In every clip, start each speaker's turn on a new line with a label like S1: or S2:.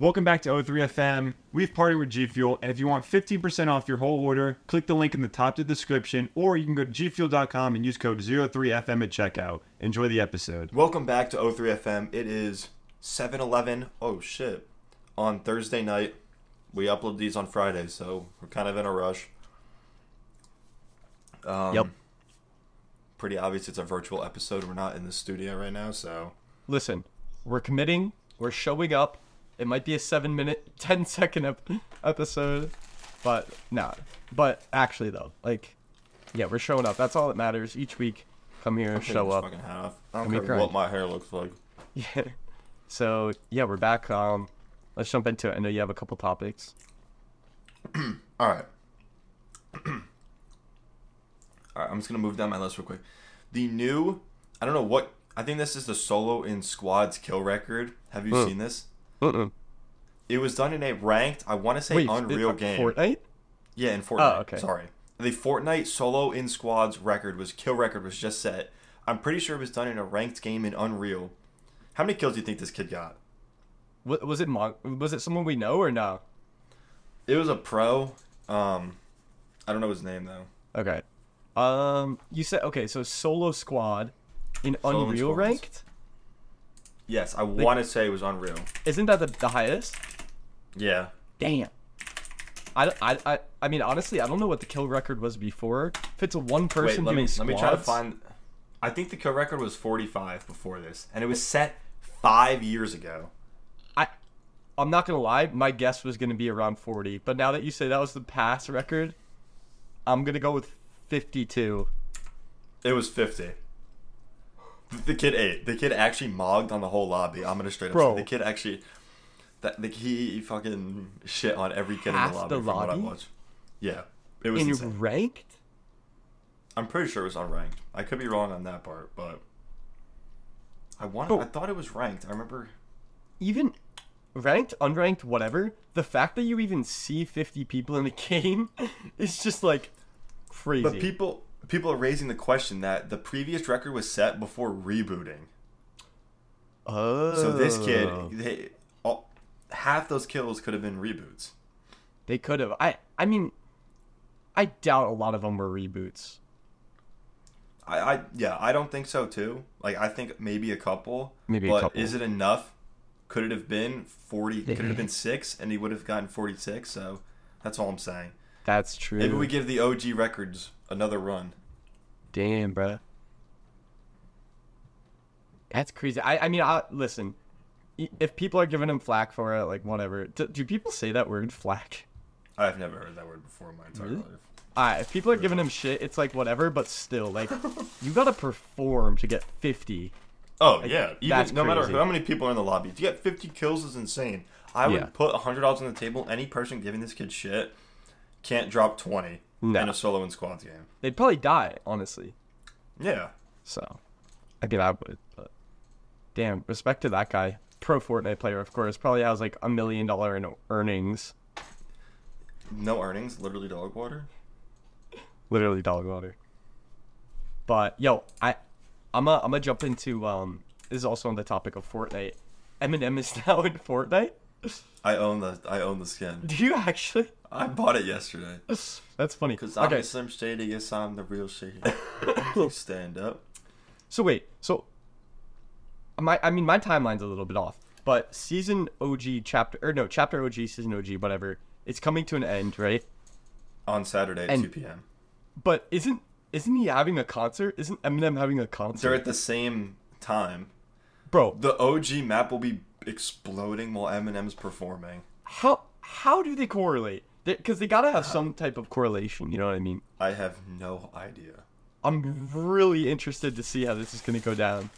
S1: Welcome back to O3FM. We've partnered with G Fuel, and if you want 15% off your whole order, click the link in the top of the description, or you can go to gfuel.com and use code 03FM at checkout. Enjoy the episode.
S2: Welcome back to O3FM. It is 7-Eleven. Oh shit! On Thursday night, we upload these on Friday, so we're kind of in a rush. Um,
S1: Yep.
S2: Pretty obvious. It's a virtual episode. We're not in the studio right now, so
S3: Listen, we're committing. We're showing up. It might be a seven minute, ten second ep- episode, but nah. But actually, though, like, yeah, we're showing up. That's all that matters. Each week, come here,
S2: take
S3: show
S2: this
S3: up.
S2: Fucking hat off. I don't
S3: And we
S2: care
S3: grind.
S2: what my hair looks like.
S3: Yeah. So yeah, we're back. Um, let's jump into it. I know you have a couple topics.
S2: All right. All right, I'm just going to move down my list real quick. The new, I don't know what, I think this is the solo in squads kill record. Have you
S3: Hmm.
S2: seen this?
S3: Mm-mm.
S2: It was done in a ranked, I want to say
S3: Wait,
S2: Unreal
S3: it-
S2: game.
S3: Fortnite.
S2: Yeah, in Fortnite.
S3: Oh, okay.
S2: Sorry. The Fortnite solo in squads record was kill record was just set. I'm pretty sure it was done in a ranked game in Unreal. How many kills do you think this kid got?
S3: Wa- Was it Mon- Was it someone we know or no?
S2: It was a pro. Um, I don't know his name though.
S3: Okay. Um, you said okay. So solo squad in
S2: Solo in
S3: Unreal
S2: squads.
S3: ranked.
S2: Yes, I want to say it was Unreal.
S3: Isn't that the, the highest?
S2: Yeah.
S3: Damn. I, I, I, I mean, honestly, I don't know what the kill record was before. If it's a one
S2: Wait,
S3: person
S2: let me
S3: doing
S2: let me try to
S3: squads-
S2: find. I think the kill record was 45 before this, and it was set five years ago.
S3: I, I'm not gonna lie. My guess was gonna be around 40, but now that you say that was the pass record, I'm gonna go with 52.
S2: It was 50. The- The kid ate. The kid actually mogged on the whole lobby. I'm gonna straight up.
S3: Bro.
S2: Say. The kid actually, that the he fucking shit on every kid
S3: Half
S2: in the
S3: the
S2: lobby. from what I
S3: lobby?
S2: watched. Yeah, it was.
S3: In
S2: insane.
S3: ranked?
S2: I'm pretty sure it was unranked. I could be wrong on that part, but I want.
S3: Bro.
S2: I thought it was ranked. I remember.
S3: Even ranked, unranked, whatever. The fact that you even see 50 people in the game is just like crazy.
S2: But people people are raising the question that the previous record was set before rebooting.
S3: oh,
S2: So this kid, they, all, half those kills could have been reboots.
S3: They could have. I I mean, I doubt a lot of them were reboots.
S2: I, I yeah, I don't think so too. Like I think maybe a couple.
S3: Maybe a
S2: but
S3: couple.
S2: Is it enough? Could it have been forty? Could it have been six? And he would have gotten forty six. So that's all I'm saying.
S3: That's true.
S2: Maybe we give the OG records another run.
S3: Damn, bro. That's crazy. I I mean, I listen. i- If people are giving him flack for it, like whatever. Do, do people say that word flack?
S2: I've never heard that word before in my entire
S3: Really?
S2: life.
S3: Alright, if people are giving him shit, it's like whatever, but still, like, you gotta perform to get 50.
S2: Oh yeah, even
S3: that's
S2: no matter
S3: crazy.
S2: how many people are in the lobby, if you get fifty kills is insane. I
S3: Yeah.
S2: would put hundred dollars on the table. Any person giving this kid shit can't drop twenty
S3: No.
S2: in a solo and squads game.
S3: They'd probably die, honestly.
S2: Yeah,
S3: So, I mean, I would, but damn, respect to that guy. Pro Fortnite player, of course, probably has like a million dollar in earnings.
S2: no earnings, literally dog water.
S3: literally dog water. But yo, I I'm a, I'm gonna jump into um this is also on the topic of Fortnite. Eminem is now in Fortnite.
S2: I own the I own the skin.
S3: Do you actually?
S2: I bought it yesterday.
S3: That's funny.
S2: Because I'm
S3: Okay,
S2: a Slim Shady, yes, I'm the real Shady. Stand up.
S3: so wait, so my I mean my timeline's a little bit off, but season OG chapter or no chapter OG season OG whatever it's coming to an end, right?
S2: On Saturday at
S3: And-
S2: 2 p.m.
S3: But isn't isn't he having a concert? Isn't Eminem having a
S2: They're
S3: concert,
S2: at the same time.
S3: bro?
S2: The OG map will be exploding while Eminem's performing.
S3: How how do they correlate? Because they gotta have some type of correlation. You know what I mean?
S2: I have no idea.
S3: I'm really interested to see how this is gonna go down.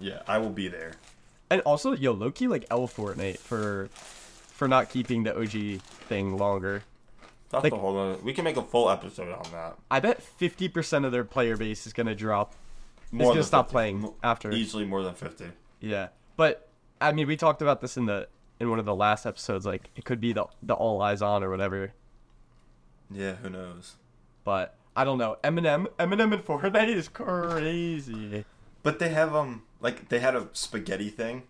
S2: Yeah, I will be there.
S3: And also, yo, Loki like L Fortnite for for not keeping the OG thing longer.
S2: That's
S3: Like-
S2: the whole other- We can make a full episode on that.
S3: I bet fifty percent of their player base is gonna drop.
S2: More
S3: gonna
S2: than
S3: stop
S2: 50.
S3: playing
S2: Mo-
S3: after.
S2: Easily more than 50.
S3: Yeah. But I mean we talked about this in the in one of the last episodes, like it could be the the all eyes on or whatever.
S2: Yeah, who knows?
S3: But I don't know. Eminem Eminem and Fortnite is crazy.
S2: But they have, um, like, they had a spaghetti thing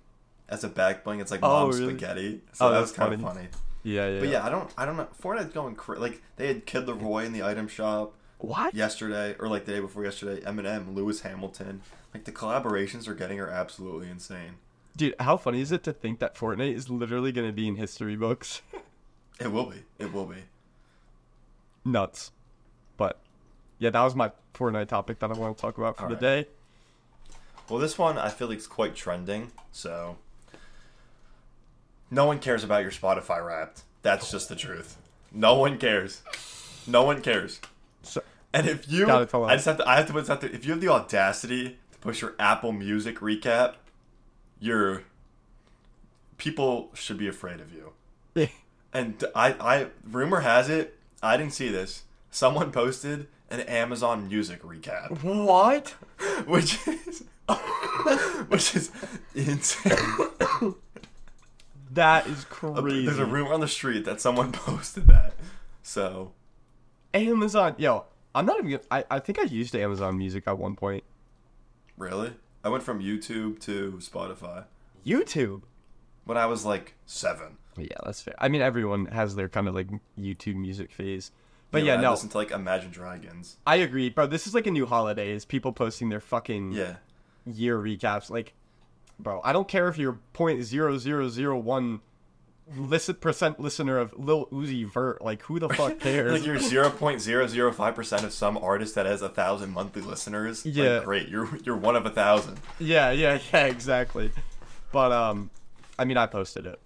S2: as a back bling. It's like
S3: Oh,
S2: mom
S3: really?
S2: spaghetti. So
S3: Oh,
S2: that was
S3: that's
S2: kind of funny.
S3: funny. Yeah, yeah.
S2: But yeah, I don't, I don't know. Fortnite's going cra- like they had Kid Leroy in the item shop
S3: What?
S2: yesterday, or like the day before yesterday. Eminem, Lewis Hamilton. Like the collaborations are getting are absolutely insane.
S3: Dude, how funny is it to think that Fortnite is literally going to be in history books?
S2: It will be. It will be.
S3: Nuts. But yeah, that was my Fortnite topic that I want to talk about for
S2: All
S3: the
S2: right.
S3: day.
S2: Well, this one I feel like is quite trending, so no one cares about your Spotify Wrapped. That's just the truth. No one cares. No one cares.
S3: So,
S2: And if you,
S3: Got it, hold on.
S2: I just have to, I have to put this out there. If you have the audacity to push your Apple Music recap, your people should be afraid of you. And I, I, rumor has it, I didn't see this. Someone posted an Amazon Music recap
S3: what?
S2: which is which is insane.
S3: That is crazy.
S2: There's a rumor on the street that someone posted that. So
S3: Amazon. Yo, I'm not even. gonna- I, I think I used Amazon Music at one point.
S2: really, I went from YouTube to Spotify
S3: YouTube.
S2: when I was like seven.
S3: Yeah, that's fair. I mean, everyone has their kind of like YouTube music phase. But
S2: You know,
S3: yeah,
S2: I
S3: no,
S2: listened to like Imagine Dragons.
S3: I agree, bro. This is like a new holiday. Is people posting their fucking
S2: Yeah,
S3: year recaps? Like, bro, I don't care if you're point zero zero zero one listen percent listener of Lil Uzi Vert. Like, who the fuck cares?
S2: like you're zero point zero zero five percent of some artist that has a thousand monthly listeners. Like,
S3: Yeah.
S2: great. You're you're one of a thousand.
S3: yeah, yeah, yeah, exactly. But um, I mean, I posted it.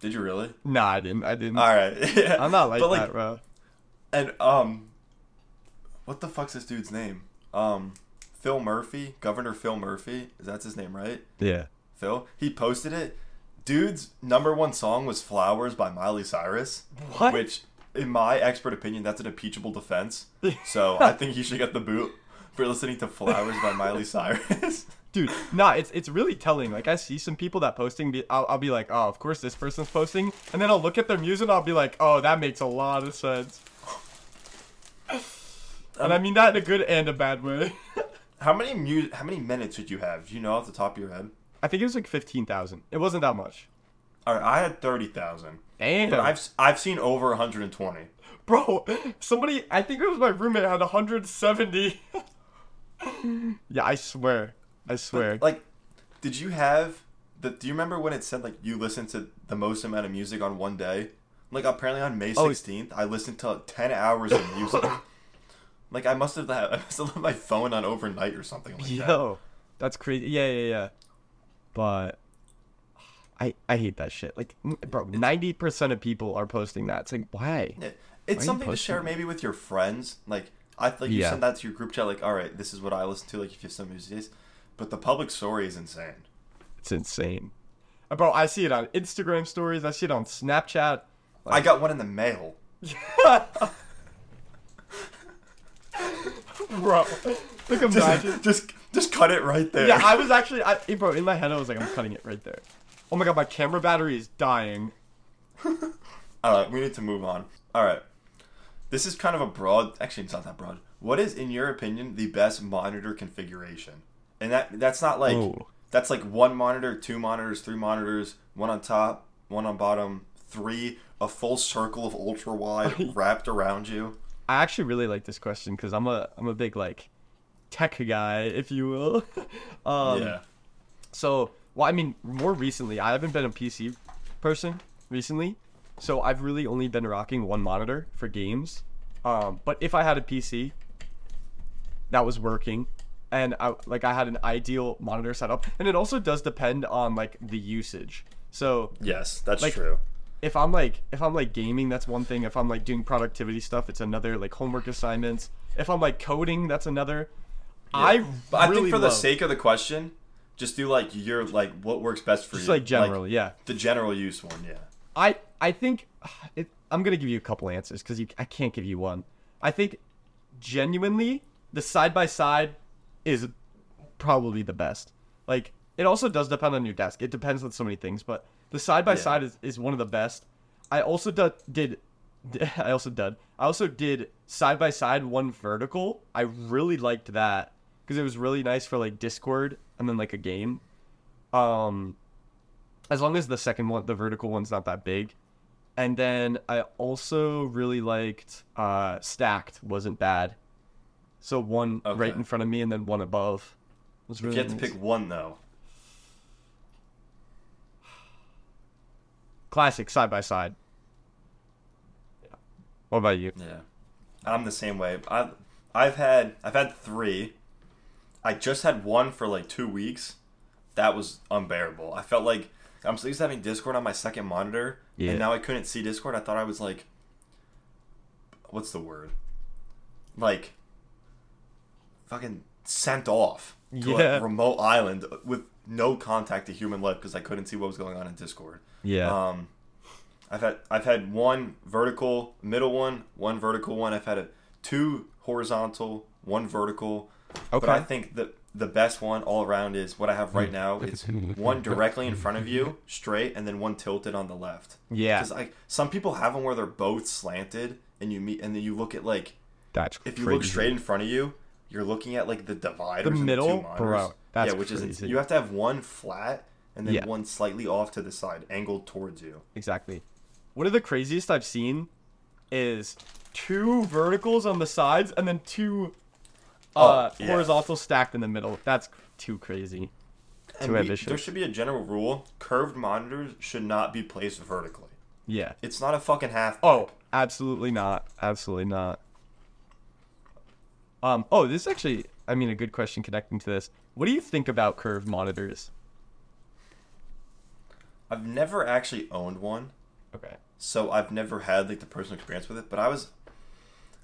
S2: Did you really?
S3: Nah, I didn't. I didn't.
S2: All right.
S3: I'm not like,
S2: But,
S3: that, bro.
S2: And um, what the fuck's this dude's name? Um, Phil Murphy, Governor Phil Murphy. Is that his name, right?
S3: Yeah.
S2: Phil. He posted it. Dude's number one song was "Flowers" by Miley Cyrus,
S3: What?
S2: which, in my expert opinion, that's an impeachable defense. So I think he should get the boot for listening to "Flowers" by Miley Cyrus.
S3: dude nah it's it's really telling like i see some people that posting be, I'll, I'll be like oh of course this person's posting and then i'll look at their music and i'll be like oh that makes a lot of sense and i mean that in a good and a bad way
S2: How many mu- How many minutes did you have? Do you know off the top of your head?
S3: i think it was like 15000 it wasn't that much
S2: All right, I had thirty thousand.
S3: damn
S2: But I've s- I've seen over one hundred and twenty.
S3: bro somebody i think it was my roommate had 170 yeah i swear i swear
S2: Like, did you have the? Do you remember when it said like you listened to the most amount of music on one day? Like apparently on May
S3: Oh.
S2: sixteenth, I listened to ten hours of music. like I must have had- I must have left my phone on overnight or something like that.
S3: Yo, that's crazy. Yeah, yeah, yeah. But I I hate that shit. Like, n- bro, ninety percent of people are posting that. It's like, why?
S2: Yeah. It's
S3: you
S2: something to
S3: posting
S2: share
S3: that?
S2: maybe with your friends. Like I like you
S3: Yeah.
S2: send that to your group chat. Like all right, this is what I listen to. Like if you have some music, taste. but the public story is insane.
S3: It's insane, Uh, bro. I see it on Instagram stories. I see it on Snapchat.
S2: I got one in the mail.
S3: Bro, like
S2: Just,
S3: imagine.
S2: just just cut it right there.
S3: yeah, I was actually, I, hey, bro, in my head, I was like, I'm cutting it right there. Oh my god, my camera battery is dying.
S2: All right, we need to move on. All right. This is kind of a broad. Actually, it's not that broad. What is, in your opinion, the best monitor configuration? And that that's not like
S3: Oh.
S2: that's like one monitor, two monitors, three monitors, one on top, one on bottom, three, a full circle of ultra wide wrapped around you.
S3: I actually really like this question because I'm a, I'm a big like, tech guy, if you will. um,
S2: yeah.
S3: So, well, I mean, more recently, I haven't been a PC person recently, so I've really only been rocking one monitor for games. Um, but if I had a PC that was working, and I like I had an ideal monitor setup, and it also does depend on like the usage. So
S2: Yes, that's
S3: Like-
S2: true.
S3: if I'm like if I'm like gaming, that's one thing. If I'm like doing productivity stuff, it's another. Like homework assignments. If I'm like coding, that's another. I
S2: But I
S3: really
S2: think for the
S3: love-
S2: sake of the question, just do like your like what works best for
S3: just
S2: you.
S3: like generally, yeah.
S2: the general use one. Yeah.
S3: I I think it, I'm gonna give you a couple answers because I can't give you one. I think genuinely the side by side is probably the best. Like it also does depend on your desk. It depends on so many things, but the side by side is is one of the best. I also du- did I also did I also did side by side one vertical. I really liked that because it was really nice for like Discord and then like a game. Um as long as the second one, the vertical one's not that big. And then I also really liked uh, Stacked wasn't bad. So one
S2: Okay.
S3: right in front of me and then one above was
S2: If
S3: really
S2: you had to
S3: nice.
S2: pick one though,
S3: classic side by side. Yeah. What about you?
S2: yeah, I'm the same way. I I've had I've had three. I just had one for like two weeks. That was unbearable. I felt like I'm still used to having Discord on my second monitor,
S3: Yeah.
S2: and now I couldn't see Discord. I thought I was like, what's the word? Like, fucking sent off to
S3: Yeah.
S2: a remote island with no contact to human life because I couldn't see what was going on in Discord.
S3: Yeah.
S2: Um, I've had I've had one vertical middle one, one vertical one. I've had a two horizontal, one vertical. But
S3: Okay.
S2: I think the the best one all around is what I have right now. It's one directly in front of you, straight, and then one tilted on the left.
S3: Yeah.
S2: Because like some people have them where they're both slanted, and you meet, and then you look at like
S3: That's
S2: if you look straight in front of you, you're looking at like the dividers,
S3: The
S2: and
S3: middle?
S2: the two monitors.
S3: Bro, that's
S2: yeah, which is
S3: crazy.
S2: you have to have one flat and then
S3: Yeah.
S2: one slightly off to the side, angled towards you.
S3: Exactly. One of the craziest I've seen is two verticals on the sides and then two uh,
S2: Oh, yeah.
S3: horizontal stacked in the middle. That's c- too crazy.
S2: And
S3: Too
S2: we-
S3: ambitious.
S2: there should be a general rule: curved monitors should not be placed vertically.
S3: Yeah.
S2: It's not a fucking half.
S3: Oh,
S2: pipe.
S3: absolutely not. Absolutely not. Um. Oh, this is actually, I mean, a good question connecting to this. What do you think about curved monitors?
S2: I've never actually owned one,
S3: Okay.
S2: so I've never had like the personal experience with it. But I was,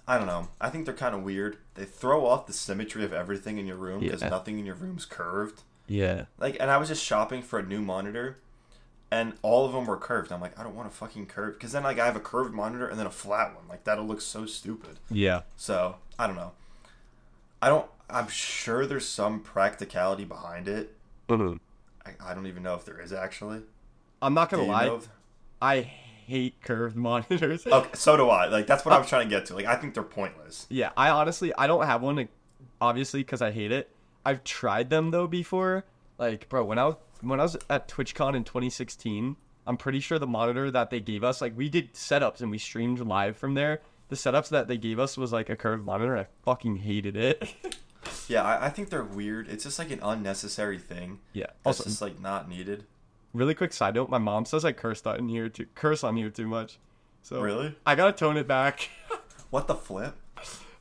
S2: I don't know. I think they're kind of weird. They throw off the symmetry of everything in your room because
S3: Yeah.
S2: nothing in your room's curved.
S3: Yeah.
S2: Like, and I was just shopping for a new monitor, and all of them were curved. I'm like, I don't want a fucking curved, because then like I have a curved monitor and then a flat one. Like that'll look so stupid.
S3: Yeah.
S2: So I don't know. I don't. I'm sure there's some practicality behind it. I, I don't even know if there is actually.
S3: I'm not
S2: Do
S3: gonna
S2: you
S3: lie.
S2: know if-
S3: I hate curved monitors.
S2: Okay, so do I. Like that's what I
S3: Oh.
S2: was trying to get to. Like I think they're pointless.
S3: Yeah, I honestly I don't have one, like, obviously, because I hate it. I've tried them though before. Like, bro, when I was when I was at TwitchCon in 2016, I'm pretty sure the monitor that they gave us, like, we did setups and we streamed live from there. The setups that they gave us was like a curved monitor. and I fucking hated it.
S2: Yeah, I, I think they're weird. It's just like an unnecessary thing.
S3: yeah.
S2: That's
S3: Also,
S2: just like not needed.
S3: really quick side note: my mom says I curse on here too curse on here too much. So
S2: Really?
S3: I gotta tone it back.
S2: What the flip?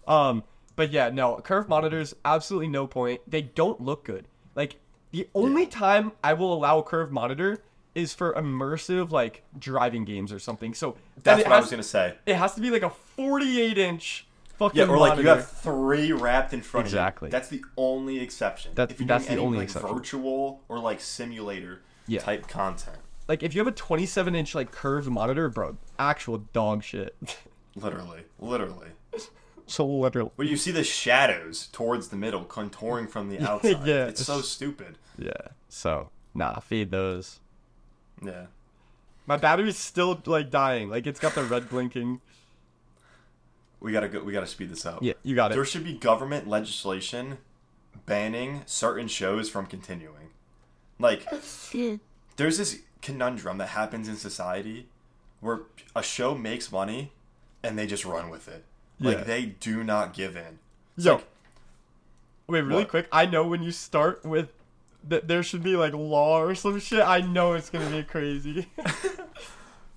S3: Um, but yeah, no, curve monitors, absolutely no point. They don't look good. Like the only
S2: Yeah.
S3: time I will allow a curved monitor is for immersive like driving games or something. So and
S2: That's
S3: it
S2: what I
S3: has-
S2: was gonna say.
S3: It has to be like a 48 inch fucking
S2: Yeah, or like you
S3: monitor.
S2: have three wrapped in front
S3: Exactly.
S2: of you. That's the only exception.
S3: That-
S2: if you're
S3: that's
S2: doing
S3: the
S2: any,
S3: only
S2: like,
S3: exception.
S2: Virtual or like simulator
S3: Yeah.
S2: type content,
S3: like if you have a 27 inch like curved monitor, bro, actual dog shit.
S2: literally, literally.
S3: so literal.
S2: But you see the shadows towards the middle contouring from the outside.
S3: yeah.
S2: It's so stupid.
S3: Yeah. So nah, feed those.
S2: Yeah.
S3: My battery's still like dying. Like it's got the red blinking.
S2: We gotta go. We gotta speed this up.
S3: Yeah, you got it.
S2: There should be government legislation banning certain shows from continuing. Like, there's this conundrum that happens in society where a show makes money and they just run with it. Like,
S3: Yeah.
S2: they do not give in. It's
S3: Yo,
S2: like,
S3: Wait, really
S2: What?
S3: quick. I know when you start with that there should be like law or some shit. I know it's gonna be crazy.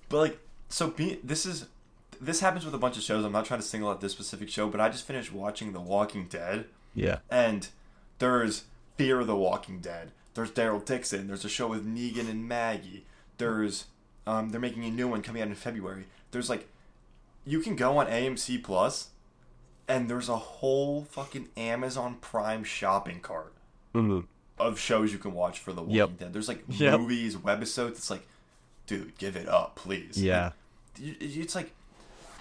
S2: But like, so be this is this happens with a bunch of shows. I'm not trying to single out this specific show, but I just finished watching The Walking Dead,
S3: yeah.
S2: and there's Fear of the Walking Dead. There's Daryl Dixon. There's a show with Negan and Maggie. There's um, they're making a new one coming out in February. There's like, you can go on AMC Plus, and there's a whole fucking Amazon Prime shopping cart
S3: Mm-hmm.
S2: of shows you can watch for The Walking
S3: Yep.
S2: Dead. There's like
S3: Yep.
S2: movies, webisodes. It's like, dude, give it up, please.
S3: Yeah.
S2: You- it's like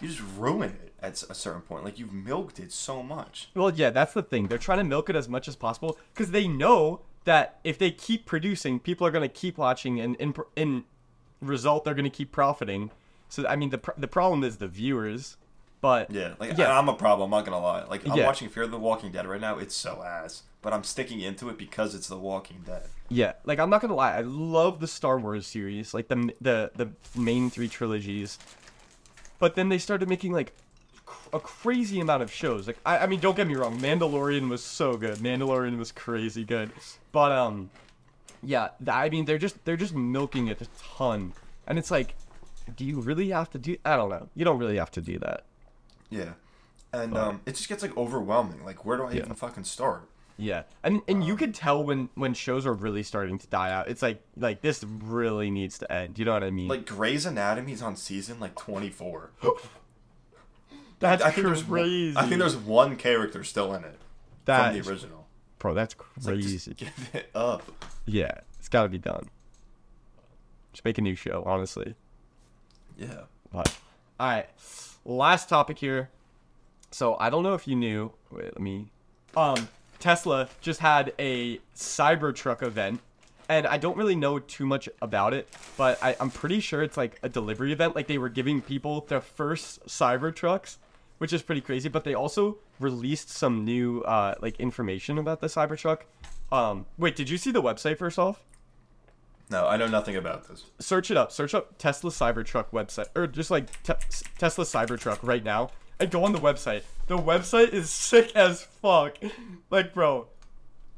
S2: you just ruin it at a certain point. Like you've milked it so much.
S3: Well, yeah, that's the thing. They're trying to milk it as much as possible because they know that if they keep producing, people are gonna keep watching, and in in result, they're gonna keep profiting. So I mean, the pr- the problem is the viewers. But
S2: Yeah, like
S3: Yeah.
S2: I, am a problem. I'm not gonna lie. Like I'm
S3: Yeah.
S2: watching Fear the Walking Dead right now. It's so ass, but I'm sticking into it because it's The Walking Dead.
S3: Yeah, like I'm not gonna lie, I love the Star Wars series, like the the the main three trilogies. But then they started making like cr- a crazy amount of shows. Like I, I mean, don't get me wrong, Mandalorian was so good. Mandalorian was crazy good. But um, yeah, th- I mean they're just they're just milking it a ton, and it's like, do you really have to do? I don't know. You don't really have to do that.
S2: Yeah, and um, it just gets like overwhelming. Like where do I even fucking start?
S3: Yeah, and and you could tell when when shows are really starting to die out. It's like like this really needs to end. You know what I mean?
S2: Like Grey's Anatomy's on season like 24.
S3: That's
S2: I think there's
S3: crazy.
S2: One, I think there's one character still in it
S3: that,
S2: from the original.
S3: bro. That's
S2: Like,
S3: crazy.
S2: just give it up.
S3: yeah, it's got to be done. Just make a new show, honestly.
S2: Yeah.
S3: But all right, last topic here. So I don't know if you knew. Wait, let me. Um, Tesla just had a Cybertruck event, and I don't really know too much about it, but I, I'm pretty sure it's like a delivery event. Like they were giving people their first Cybertrucks, which is pretty crazy. But they also released some new uh like information about the Cybertruck. Um, wait, did you see the website first off?
S2: No, I know nothing about this.
S3: search it up. Search up Tesla Cybertruck website, or just like te- Tesla Cybertruck right now, and go on the website. The website is sick as fuck. Like, bro,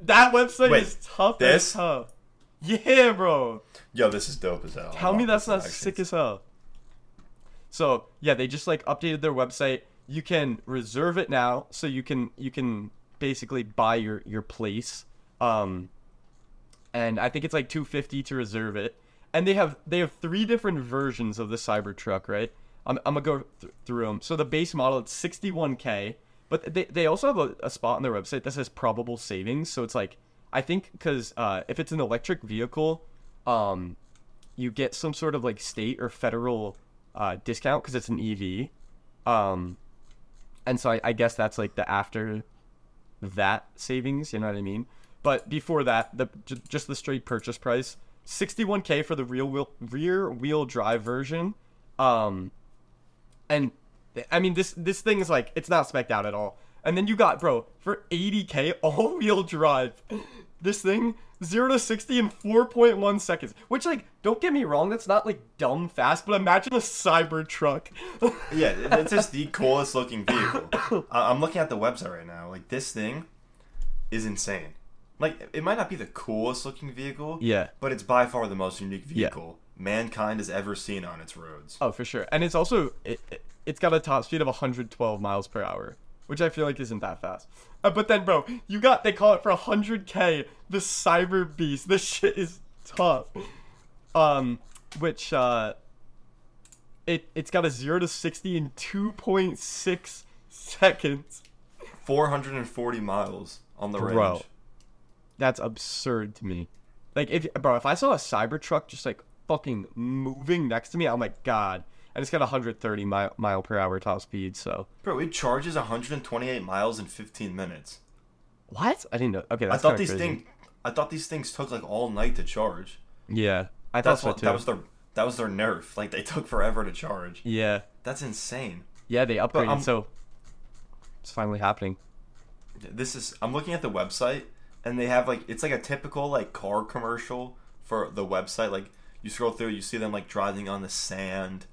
S3: that website
S2: Wait,
S3: is tough
S2: this?
S3: as hell. Yeah, bro.
S2: Yo, this is dope as hell.
S3: Tell
S2: I
S3: me
S2: want
S3: that's
S2: this in
S3: not
S2: action.
S3: sick as hell. So yeah, they just like updated their website. You can reserve it now, so you can you can basically buy your your place. Um, and I think it's like two fifty to reserve it. And they have they have three different versions of the Cybertruck, right? I'm, I'm gonna go th- through them. So the base model it's sixty one k, but they they also have a, a spot on their website that says probable savings. So it's like I think because uh, if it's an electric vehicle, um, you get some sort of like state or federal uh, discount because it's an EV. Um, and so I, I guess that's like the after that savings, you know what I mean? But before that, the j- just the straight purchase price, 61k for the real wheel rear wheel drive version. Um, and th- I mean this this thing is like it's not specked out at all. And then you got bro for 80k all wheel drive. This thing zero to sixty in 4.1 seconds, which like don't get me wrong, that's not like dumb fast, but imagine a Cybertruck.
S2: Yeah, it's just the coolest looking vehicle. I- I'm looking at the website right now. Like this thing is insane. Like it might not be the coolest looking vehicle.
S3: Yeah.
S2: But it's by far the most unique vehicle mankind has ever seen on its roads.
S3: Oh, for sure. And it's also it, it, it's got a top speed of 112 miles per hour, which I feel like isn't that fast. Uh, but then, bro, you got they call it for 100k the Cyber Beast. This shit is tough. Um, which uh, it it's got a zero to 60 in 2.6 seconds.
S2: 440 miles on the
S3: Bro.
S2: range.
S3: That's absurd to me. Like if bro, if I saw a Cybertruck just like fucking moving next to me, I'm like, God. And it's got 130 mile, mile per hour top speed, so
S2: Bro, it charges 128 miles in 15 minutes.
S3: What? I didn't know. Okay,
S2: I
S3: that's
S2: thought
S3: kinda
S2: these
S3: crazy.
S2: things I thought these things took like all night to charge.
S3: Yeah, I
S2: That's
S3: thought so
S2: what
S3: too.
S2: that was their that was their nerf. Like they took forever to charge.
S3: yeah,
S2: That's insane.
S3: yeah, they upgraded,
S2: I'm-
S3: so it's finally happening.
S2: this is i'm looking at the website and they have like it's like a typical like car commercial for the website like you scroll through you see them like driving on the sand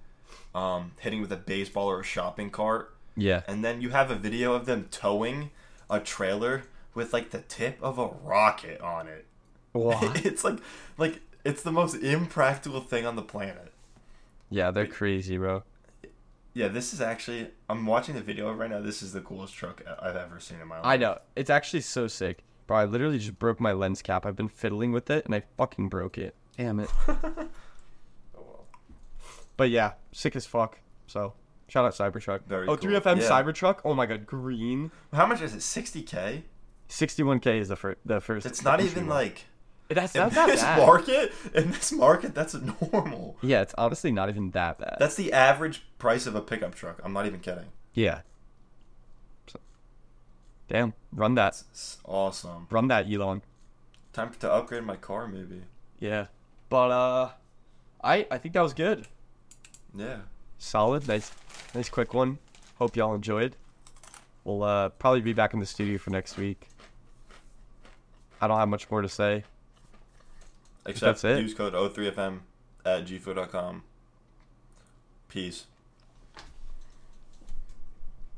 S2: um, hitting with a baseball or a shopping cart
S3: Yeah,
S2: and then you have a video of them towing a trailer with like the tip of a rocket on it
S3: What?
S2: it's like like it's the most impractical thing on the planet
S3: yeah, they're crazy, bro.
S2: yeah this is actually i'm watching the video right now this is the coolest truck I- i've ever seen in my life
S3: I know. It's actually so sick, bro. I literally just broke my lens cap. I've been fiddling with it, and I fucking broke it. Damn it.
S2: Oh,
S3: but yeah, sick as fuck. So shout out Cybertruck.
S2: Very
S3: oh,
S2: cool.
S3: 3FM
S2: Yeah.
S3: Cybertruck. Oh my god, green.
S2: how much is it 60k
S3: 61k is the first. The first.
S2: it's not
S3: entry
S2: even
S3: one.
S2: like
S3: That's
S2: in
S3: that's not
S2: this
S3: bad.
S2: market in this market that's normal
S3: Yeah, it's honestly not even that bad.
S2: that's the average price of a pickup truck i'm not even kidding
S3: Yeah. So, damn, run that,
S2: it's awesome
S3: run that, Elon.
S2: time to upgrade my car maybe
S3: Yeah. But uh, I I think that was good.
S2: yeah
S3: Solid, nice, nice quick one. Hope y'all enjoyed. We'll uh, probably be back in the studio for next week. I don't have much more to say.
S2: Except
S3: it.
S2: use code O3FM at gfood.com. Peace.